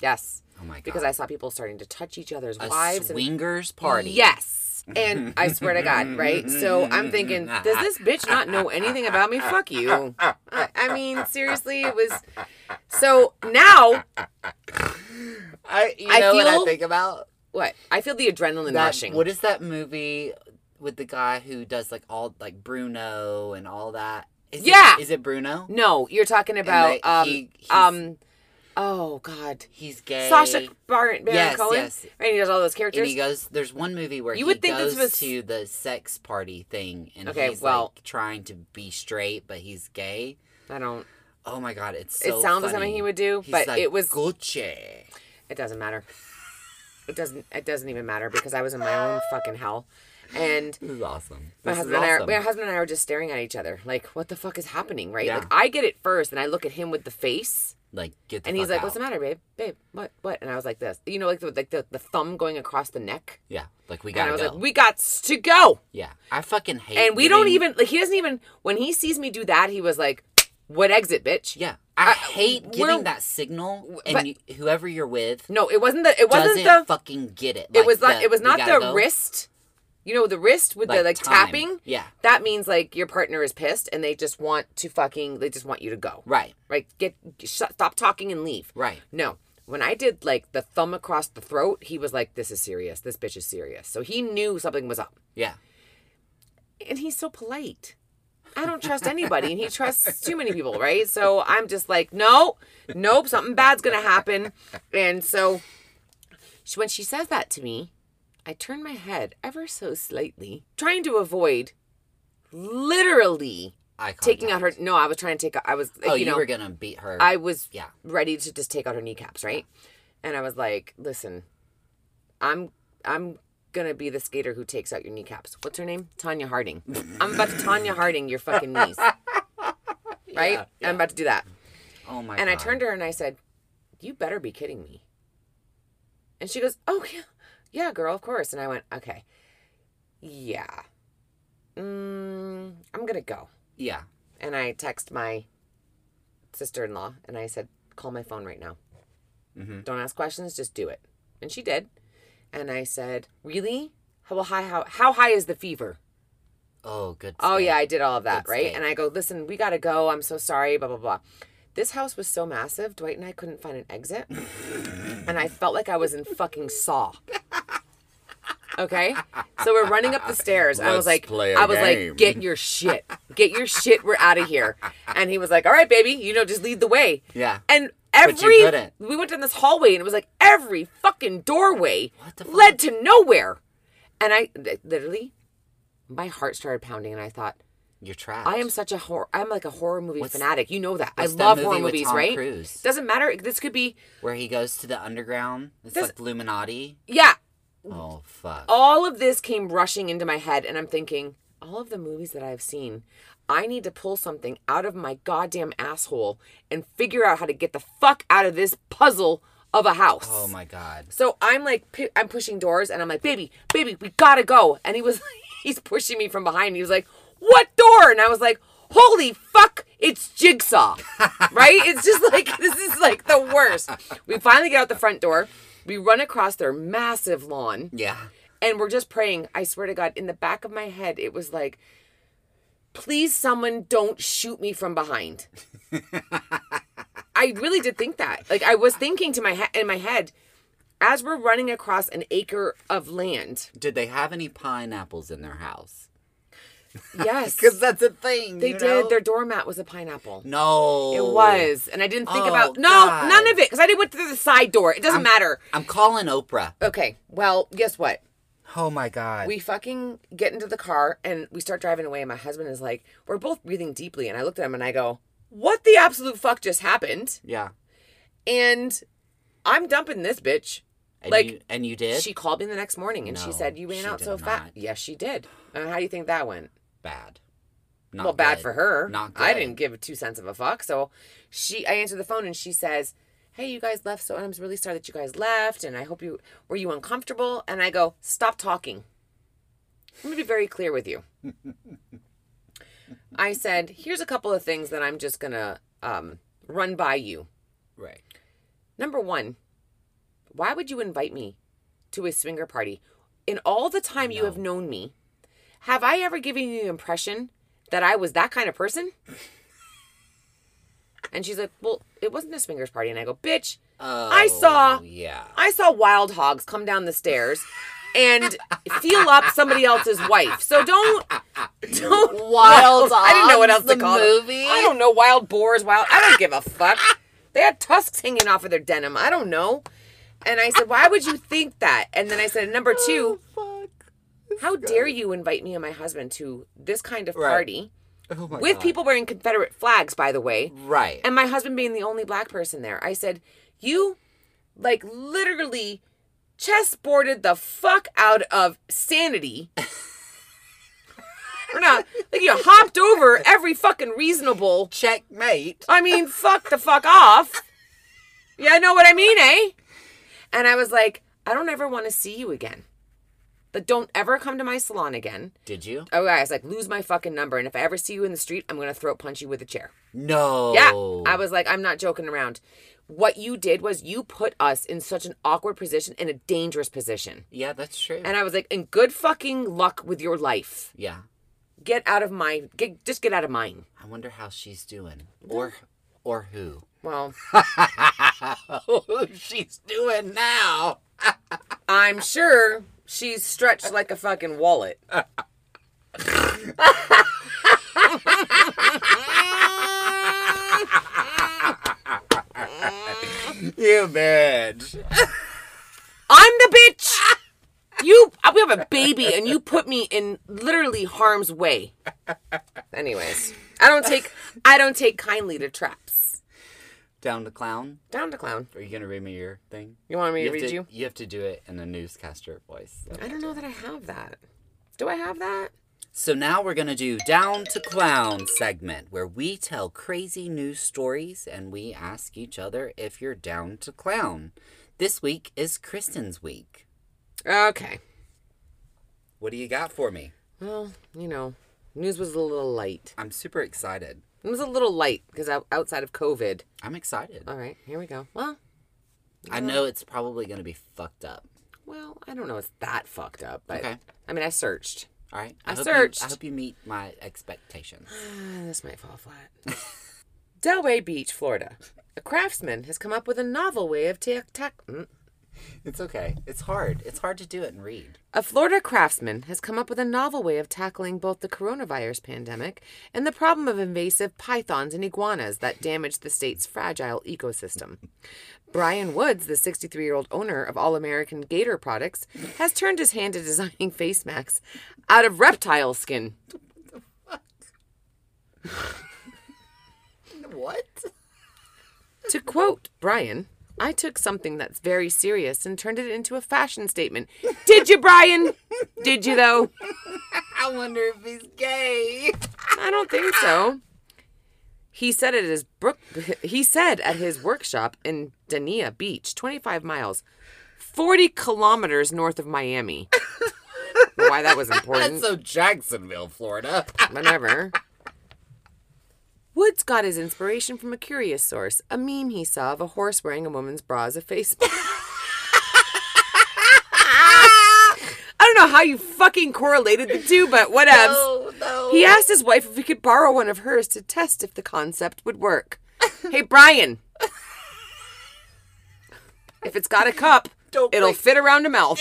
yes, oh my god. because I saw people starting to touch each other's a wives and swingers party. Yes. And I swear to God, right? So I'm thinking, does this bitch not know anything about me? Fuck you. I, I mean, seriously, it was. So now, I. You I know what I feel- think about what? I feel the adrenaline that. rushing. What is that movie with the guy who does like all like Bruno and all that? Is Yeah. It, is it Bruno? No, you're talking about they- um, he- he's- um, oh god, He's gay. Sasha Baron, Baron Yes, Cohen, yes. and he does all those characters. And he goes. There's one movie where he You would think goes this was- to the sex party thing, and Okay, he's well- like trying to be straight, but he's gay. I don't. Oh my god, it's It so. sounds funny. like something he would do, He's but like, it was- Gucci. It doesn't matter. It doesn't. It doesn't even matter because I was in my own fucking hell, and This is awesome. This my is husband and I, are, awesome. my husband and I were just staring at each other, like, what the fuck is happening, right? Yeah. Like, I get it first, and I look at him with the face, like get the and he's fuck like, out. "What's the matter, babe? Babe, what? What?" And I was like, "This," you know, like the like the, the thumb going across the neck, Yeah, like we and I gotta was go. like, "We got to go." yeah, I fucking hate. And we don't giving- even like he doesn't even when he sees me do that, he was like, What exit, bitch? Yeah, I, hate we're- giving that signal, and but- you- whoever you're with No, it wasn't the it wasn't doesn't the fucking get it. it was not the, it was "We not gotta the go," wrist. You know, the wrist with the like time. tapping. Yeah, That means like your partner is pissed and they just want to fucking they just want you to go. right, Right? Get shut, stop talking and leave. right. No. When I did like the thumb across the throat, he was like, This is serious. This bitch is serious. So he knew something was up. Yeah, and he's so polite. I don't trust anybody, and he trusts too many people, right? So I'm just like, no, nope, something bad's gonna happen. And so she, when she says that to me, I turn my head ever so slightly, trying to avoid literally I taking out her. No, I was trying to take. out- I was, like, Oh, you you, know, were gonna beat her. I was Yeah. ready to just take out her kneecaps, right? And I was like, listen, I'm I'm gonna be the skater who takes out your kneecaps. What's her name? Tanya Harding. I'm about to Tanya Harding your fucking knees. Right? I'm about to do that. oh my. And I God. turned to her and I said, You better be kidding me. And she goes, Oh, yeah, yeah girl, of course. And I went, Okay, yeah. Mm, I'm going to go. Yeah. And I text my sister in law and I said, call my phone right now. Mhm. Don't ask questions, just do it. And she did. And I said, really? How, well, high, how, how high is the fever? Oh, good. Oh state. yeah, I did all of that, Good right? state. And I go, listen, we gotta go. I'm so sorry, blah blah blah. This house was so massive, Dwight and I couldn't find an exit. and I felt like I was in fucking Saw. Okay? So we're running up the stairs. I was Let's like play a I was game. like, get your shit. Get your shit, we're out of here. And he was like, All right, baby, you know, just lead the way. Yeah. And But you every couldn't. we went down this hallway and it was like every fucking doorway the fuck? led to nowhere. And I literally my heart started pounding and I thought, You're trapped. I am such a horror. I'm like a horror movie What's- fanatic. You know that. I what's that love movie horror with movies, Tom right? Cruise? Doesn't matter. This could be Where he goes to the underground. It's This- like Illuminati. yeah. Oh fuck. All of this came rushing into my head, and I'm thinking, all of the movies that I've seen, I need to pull something out of my goddamn asshole and figure out how to get the fuck out of this puzzle of a house. Oh my god. So I'm like, pi- I'm pushing doors, and I'm like, baby, baby, we gotta go. And he was, he's pushing me from behind. He was like, what door? And I was like, holy fuck, it's Jigsaw, right? It's just like this is like the worst. We finally get out the front door. We run across their massive lawn, Yeah. and we're just praying. I swear to God, in the back of my head, it was like, please, someone don't shoot me from behind. I really did think that. Like I was thinking to my he- in my head, as we're running across an acre of land. Did they have any pineapples in their house? Yes, Because that's a thing. they you did. know? Their doormat was a pineapple. No. It was, and I didn't think Oh, about no, God. none of it, because I did went through the side door. It doesn't matter. I'm calling Oprah. Okay, well, guess what? Oh my god. We fucking get into the car and we start driving away. And my husband is like, we're both breathing deeply, and I looked at him and I go, "What the absolute fuck just happened?" yeah. And I'm dumping this bitch. And like- you, and you did. She called me the next morning and she No, said, "You ran she out did so not. fast." Yes, she did. And how do you think that went? bad. Not well, bad good. for her. Not good. I didn't give two cents of a fuck. So she, I answered the phone and she says, "Hey, you guys left. So I'm really sorry that you guys left, and I hope you were you uncomfortable." And I go, "Stop talking. Let me be very clear with you." I said, "Here's a couple of things that I'm just gonna um, run by you. Right. Number one, why would you invite me to a swinger party? In all the time you have known me, have I ever given you the impression that I was that kind of person? and she's like, Well, it wasn't a swingers party. And I go, Bitch, I saw Oh, Yeah. I saw wild hogs come down the stairs and feel up somebody else's wife. So don't don't Wild I didn't know what else Hogs, to the call movie? them. I don't know wild boars, wild. I don't give a fuck. They had tusks hanging off of their denim. I don't know. And I said, "Why would you think that?" And then I said, "Number Oh, two, how dare you invite me and my husband to this kind of party Oh my with God. people wearing Confederate flags, by the way?" Right. and my husband being the only black person there i said you like literally chessboarded the fuck out of sanity or not like you hopped over every fucking reasonable Checkmate. i mean fuck the fuck off yeah i know what i mean eh and i was like i don't ever want to see you again but don't ever come to my salon again Did you? oh i was like lose my fucking number and if i ever see you in the street i'm gonna throat punch you with a chair No. yeah. I was like, I'm not joking around. What you did was you put us in such an awkward position and a dangerous position. Yeah, that's true. And I was like, in good fucking luck with your life. yeah. Get out of my get just get out of mine. I wonder how she's doing. Or or who. Well, Oh, Who she's doing now. I'm sure she's stretched like a fucking wallet. You bitch. I'm the bitch. You we have a baby and you put me in literally harm's way. Anyways, I don't take I don't take kindly to traps. Down to clown. Down to clown. Are you gonna read me your thing? You want me to have read to, you? have to do it in a newscaster voice. I don't know that I have that. Do I have that? So now we're gonna do down to clown segment where we tell crazy news stories and we ask each other if you're down to clown. This week is Kristen's week. Okay. What do you got for me? Well, you know, news was a little light. I'm super excited. It was a little light because outside of COVID. I'm excited. All right, here we go. Well, I know it's probably gonna be fucked up. well, I don't know. It's that fucked up, but Okay. I mean, I searched. All right. I hope searched. You, I hope you meet my expectations. Uh, this might fall flat. Delray Beach, Florida. A craftsman has come up with a novel way of tack tack. mm. It's okay. It's hard. It's hard to do it and read. A Florida craftsman has come up with a novel way of tackling both the coronavirus pandemic and the problem of invasive pythons and iguanas that damage the state's fragile ecosystem. Brian Woods, the 63 year old owner of All American Gator Products, has turned his hand to designing face masks out of reptile skin. What? To quote Brian, I took something that's very serious and turned it into a fashion statement. Did you, Brian? Did you, though? I wonder if he's gay. I don't think so. He said at his brook, he said at his workshop in Dania Beach, 25 miles, 40 kilometers north of Miami. Why that was important? So Jacksonville, Florida. Whatever. Woods got his inspiration from a curious source, a meme he saw of a horse wearing a woman's bra as a face. I don't know how you fucking correlated the two, but whatevs. He asked his wife if he could borrow one of hers to test if the concept would work. hey, Brian. if it's got a cup, Don't it'll break- fit around a mouth.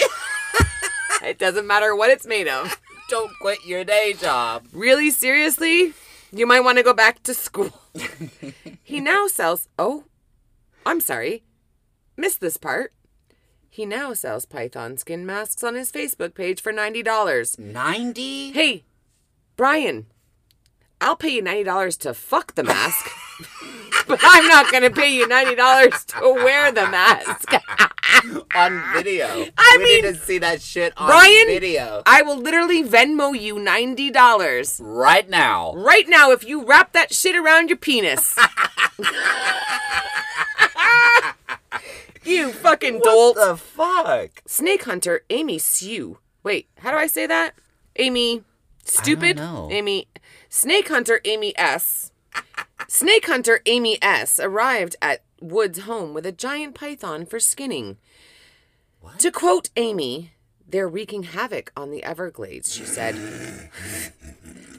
it doesn't matter what it's made of Don't quit your day job. really seriously, you might want to go back to school. he now sells. Oh, I'm sorry. Missed this part. He now sells python skin masks on his Facebook page for $90. 90? Hey, Brian, I'll pay you $90 to fuck the mask, but I'm not going to pay you $90 to wear the mask. on video. I we mean- need to see that shit on Brian, video I will literally Venmo you $90. right now. right now if you wrap that shit around your penis. you fucking dolt. the fuck? Snake hunter Amy Sue. Wait, how do I say that? Amy stupid. know. Amy Snake hunter Amy S. Snake hunter Amy S arrived at Wood's home with a giant python for skinning. To quote Amy, they're wreaking havoc on the Everglades, she said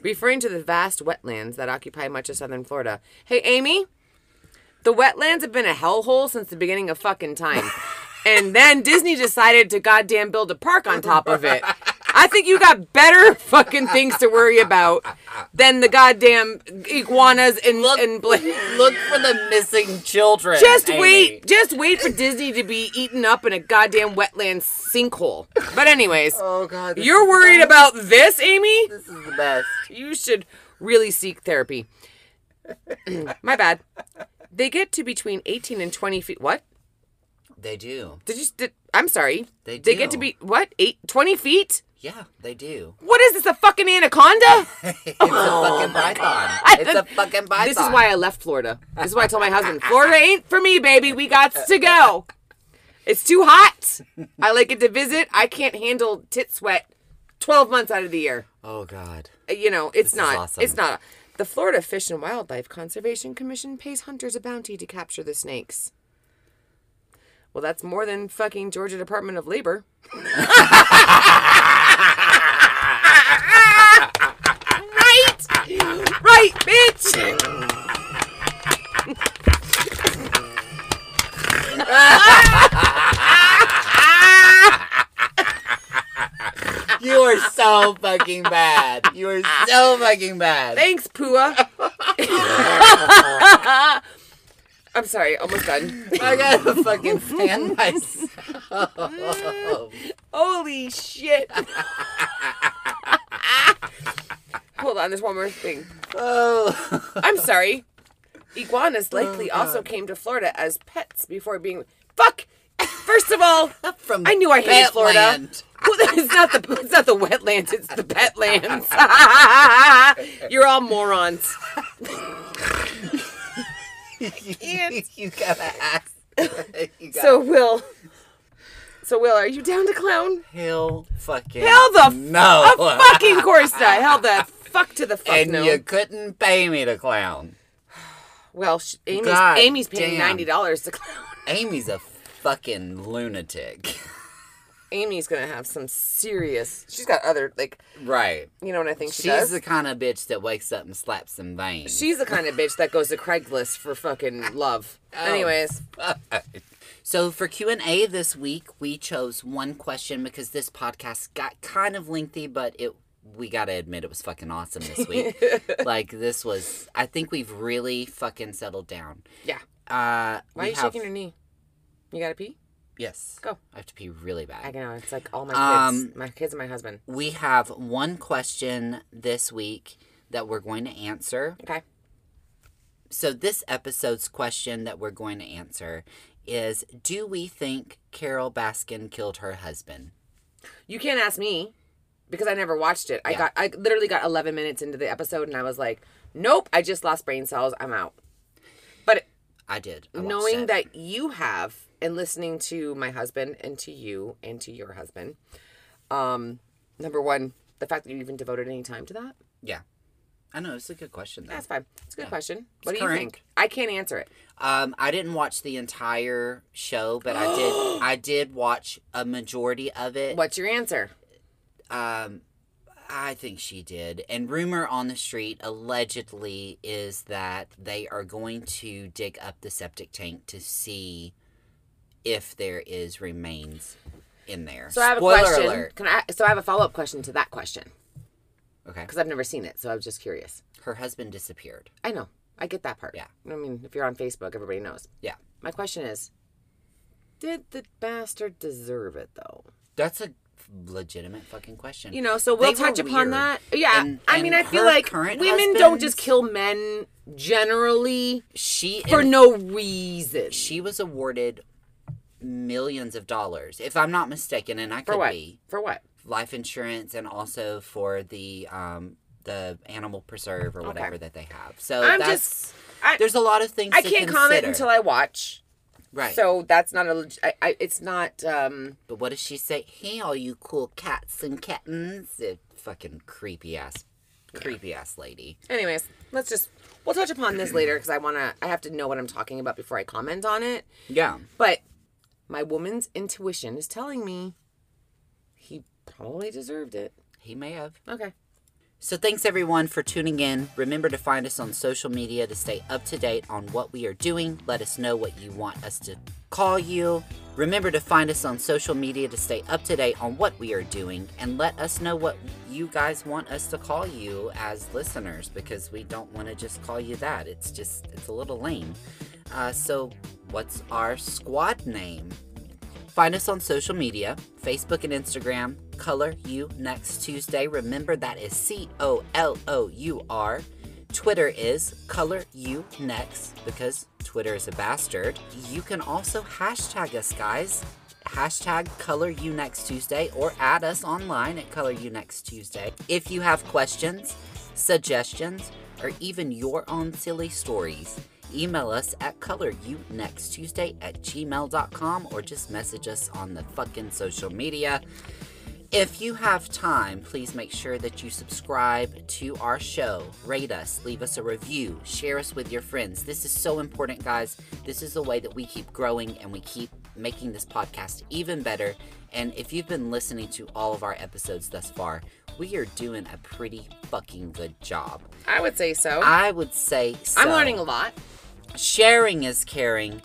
referring to the vast wetlands that occupy much of southern Florida. Hey, Amy, the wetlands have been a hellhole since the beginning of fucking time. and then Disney decided to goddamn build a park on top of it. I think you got better fucking things to worry about than the goddamn iguanas and, and bla- Look for the missing children. just Amy. wait. Just wait for Disney to be eaten up in a goddamn wetland sinkhole. But anyways, Oh god. This you're is the worried best. about this, Amy? This is the best. you should really seek therapy. My bad. They get to between 18 and 20 feet. What? They do. Did you? Did, I'm sorry. They They get to do. be what? Eight, 20 feet? Yeah, they do. What is this? A fucking anaconda? It's a fucking python. It's a fucking python. This is why I left Florida. This is why I told my husband, Florida ain't for me, baby. We got to go. It's too hot. I like it to visit. I can't handle tit sweat 12 months out of the year. Oh god. Uh, you know, it's is not. awesome. It's not. The Florida Fish and Wildlife Conservation Commission pays hunters a bounty to capture the snakes. Well, that's more than fucking Georgia Department of Labor. right? Right, bitch. You are so fucking bad. You are so fucking bad. Thanks, Pua. I'm sorry, almost done. I gotta fucking fan myself. Oh. Holy shit. Hold on, there's one more thing. Oh. I'm sorry. Iguanas likely also came to Florida as pets before being. Fuck! First of all, From I knew I hated Florida. Petland. Who- It's not the it's not the wetlands. It's the petlands. You're all morons. you gotta ask. You gotta So Will, so Will, are you down to clown? Hell fucking. Hell the f- no. Of fucking course not. Hell the fuck to the fuck Oh. and no. you couldn't pay me to clown. well, sh- Amy's God Amy's paying damn. ninety dollars to clown. Amy's a fucking lunatic. Amy's gonna have some serious. She's got other like Right. you know what I think she She's does. the kind of bitch that wakes up and slaps some veins. She's the kind of bitch that goes to Craigslist for fucking love. Oh. Anyways, So for Q&A this week, we chose one question because this podcast got kind of lengthy, but it we got to admit it was fucking awesome this week. like this was I think we've really fucking settled down. yeah. Uh Why we are you have- shaking your knee? You gotta pee? Yes. Go. I have to pee really I bad. know. It's like all my Um, kids, my kids and my husband. We have one question this week that we're going to answer. Okay. So this episode's question that we're going to answer is do we think Carol Baskin killed her husband? You can't ask me because I never watched it. I Yeah. got I literally got 11 minutes into the episode and I was like, "Nope, I just lost brain cells. I'm out." But I did. I watched knowing it. that you have and listening to my husband and to you and to your husband, um number 1, the fact that you even devoted any time to that? Yeah. I know, it's a good question though. That's fine. It's a good question. What It's do you current. think? I can't answer it. Um, I didn't watch the entire show, but I did I did watch a majority of it. What's your answer? Um I think she did. And rumor on the street allegedly is that they are going to dig up the septic tank to see if there is remains in there. So I have a Spoiler question. alert. Can I so I have a follow-up question to that question Okay. because I've never seen it, so I was just curious. Her husband disappeared. I know. I get that part. Yeah. I mean, if you're on Facebook, everybody knows. Yeah. My question is, did the bastard deserve it though? That's a legitimate fucking question. You know, so we'll They were touch upon weird. that. Yeah. And- I mean, I and feel her like women current don't husband's- just kill men generally she for and- no reason. she was awarded millions of dollars, if I'm not mistaken, and I For could what? be For what? life insurance and also for the um the animal preserve or whatever that they have. So I'm that's just- I- there's a lot of things I to can't comment consider. until I watch. right. So, So that's not a. leg- I, I, it's not. um but what does she say? Hey, all you cool cats and kittens! It fucking creepy ass, creepy ass lady. Anyways, let's just. We'll touch upon this later because I want to. I have to know what I'm talking about before I comment on it. Yeah. But my woman's intuition is telling me he probably deserved it. He may have. Okay. So, thanks everyone for tuning in. Remember to find us on social media to stay up to date on what we are doing. Let us know what you want us to call you. Remember to find us on social media to stay up to date on what we are doing and let us know what you guys want us to call you as listeners because we don't want to just call you that. It's just, it's a little lame. Uh, so, what's our squad name? Find us on social media Facebook and Instagram, Color You Next Tuesday. Remember that is C O L O U R. Twitter is Color You Next because Twitter is a bastard. You can also hashtag us, guys. Hashtag Color You Next Tuesday or add us online at Color You Next Tuesday. If you have questions, suggestions, or even your own silly stories, Email us at coloryounexttuesday at gmail.com or just message us on the fucking social media. If you have time, please make sure that you subscribe to our show, rate us, leave us a review, share us with your friends. This is so important, guys. This is the way that we keep growing and we keep making this podcast even better. And if you've been listening to all of our episodes thus far, we are doing a pretty fucking good job. I would say so. I, I would say so. am learning a lot. Sharing is caring.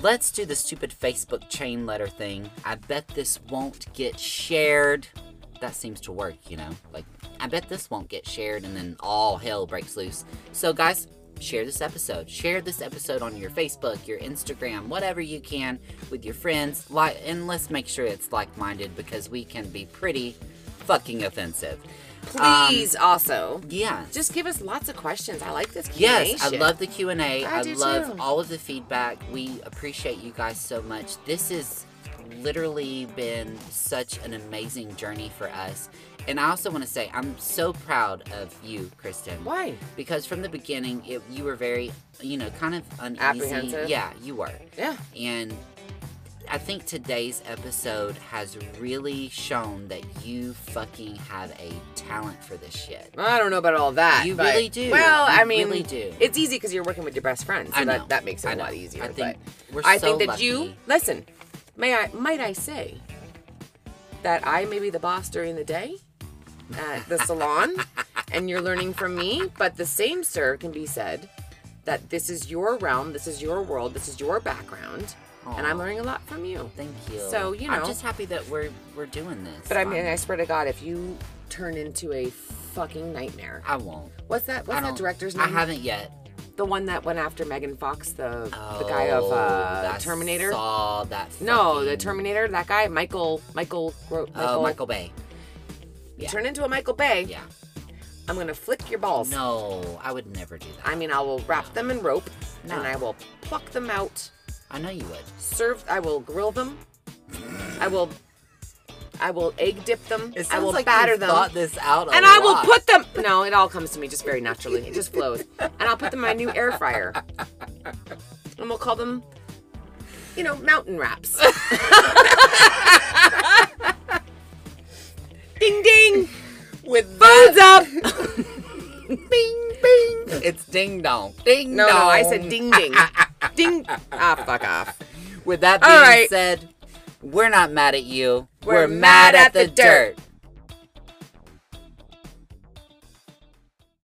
Let's do the stupid Facebook chain letter thing. I bet this won't get shared. That seems to work, you know? Like, I bet this won't get shared, and then all hell breaks loose. So, guys, share this episode. Share this episode on your Facebook, your Instagram, whatever you can with your friends. Like, and let's make sure it's like minded because we can be pretty fucking offensive. Please also Yeah. just give us lots of questions. I like this. Yes, I Q&A shit. love the Q and A. I I do love too. all of the feedback. We appreciate you guys so much. This has literally been such an amazing journey for us. And I also want to say I'm so proud of you, Kristen. Why? Because from the beginning, it, you were very, you know, kind of uneasy. Apprehensive. Yeah, you were. Yeah. And I think today's episode has really shown that you fucking have a talent for this shit. Well, I don't know about all that. You but- really do. Well, You I mean, really do. It's easy because you're working with your best friends. So I know. That, that makes it I a know. lot easier. I think but we're I so think that you lucky. listen. May I? Might I say? that I may be the boss during the day at the salon and you're learning from me, but the same, sir, can be said that this is your realm, this is your world, this is your background, and I'm Aw. learning a lot from you. Thank you. So, you I'm know. just happy that we're we're doing this. But I mean, finally. I swear to God, if you turn into a fucking nightmare. I won't. What's that? I What's that don't- director's name? I haven't yet. The one that went after Megan Fox, the the guy of uh, I Terminator. Oh, Saw that. No, the fucking- Terminator. That guy, Michael. Michael. Gro- Oh, Michael Bay. yeah. Turn into a Michael Bay. Yeah. I'm gonna flick your balls. No, I would never do that. I mean, I will wrap them in rope, No. and I will pluck them out. I know you would. Serve. I will grill them. I will. I will egg dip them. I will batter them. Thought this out. and I will put them. No, it all comes to me just very naturally. It just flows. And I'll put them in my new air fryer. And we'll call them, you know, mountain wraps. ding ding. with Phones up. Bing, bing. It's ding dong. Ding No, dong. no, I said ding ding. ding. Ah, fuck off. With that All being right. said, we're not mad at you. We're mad at the dirt.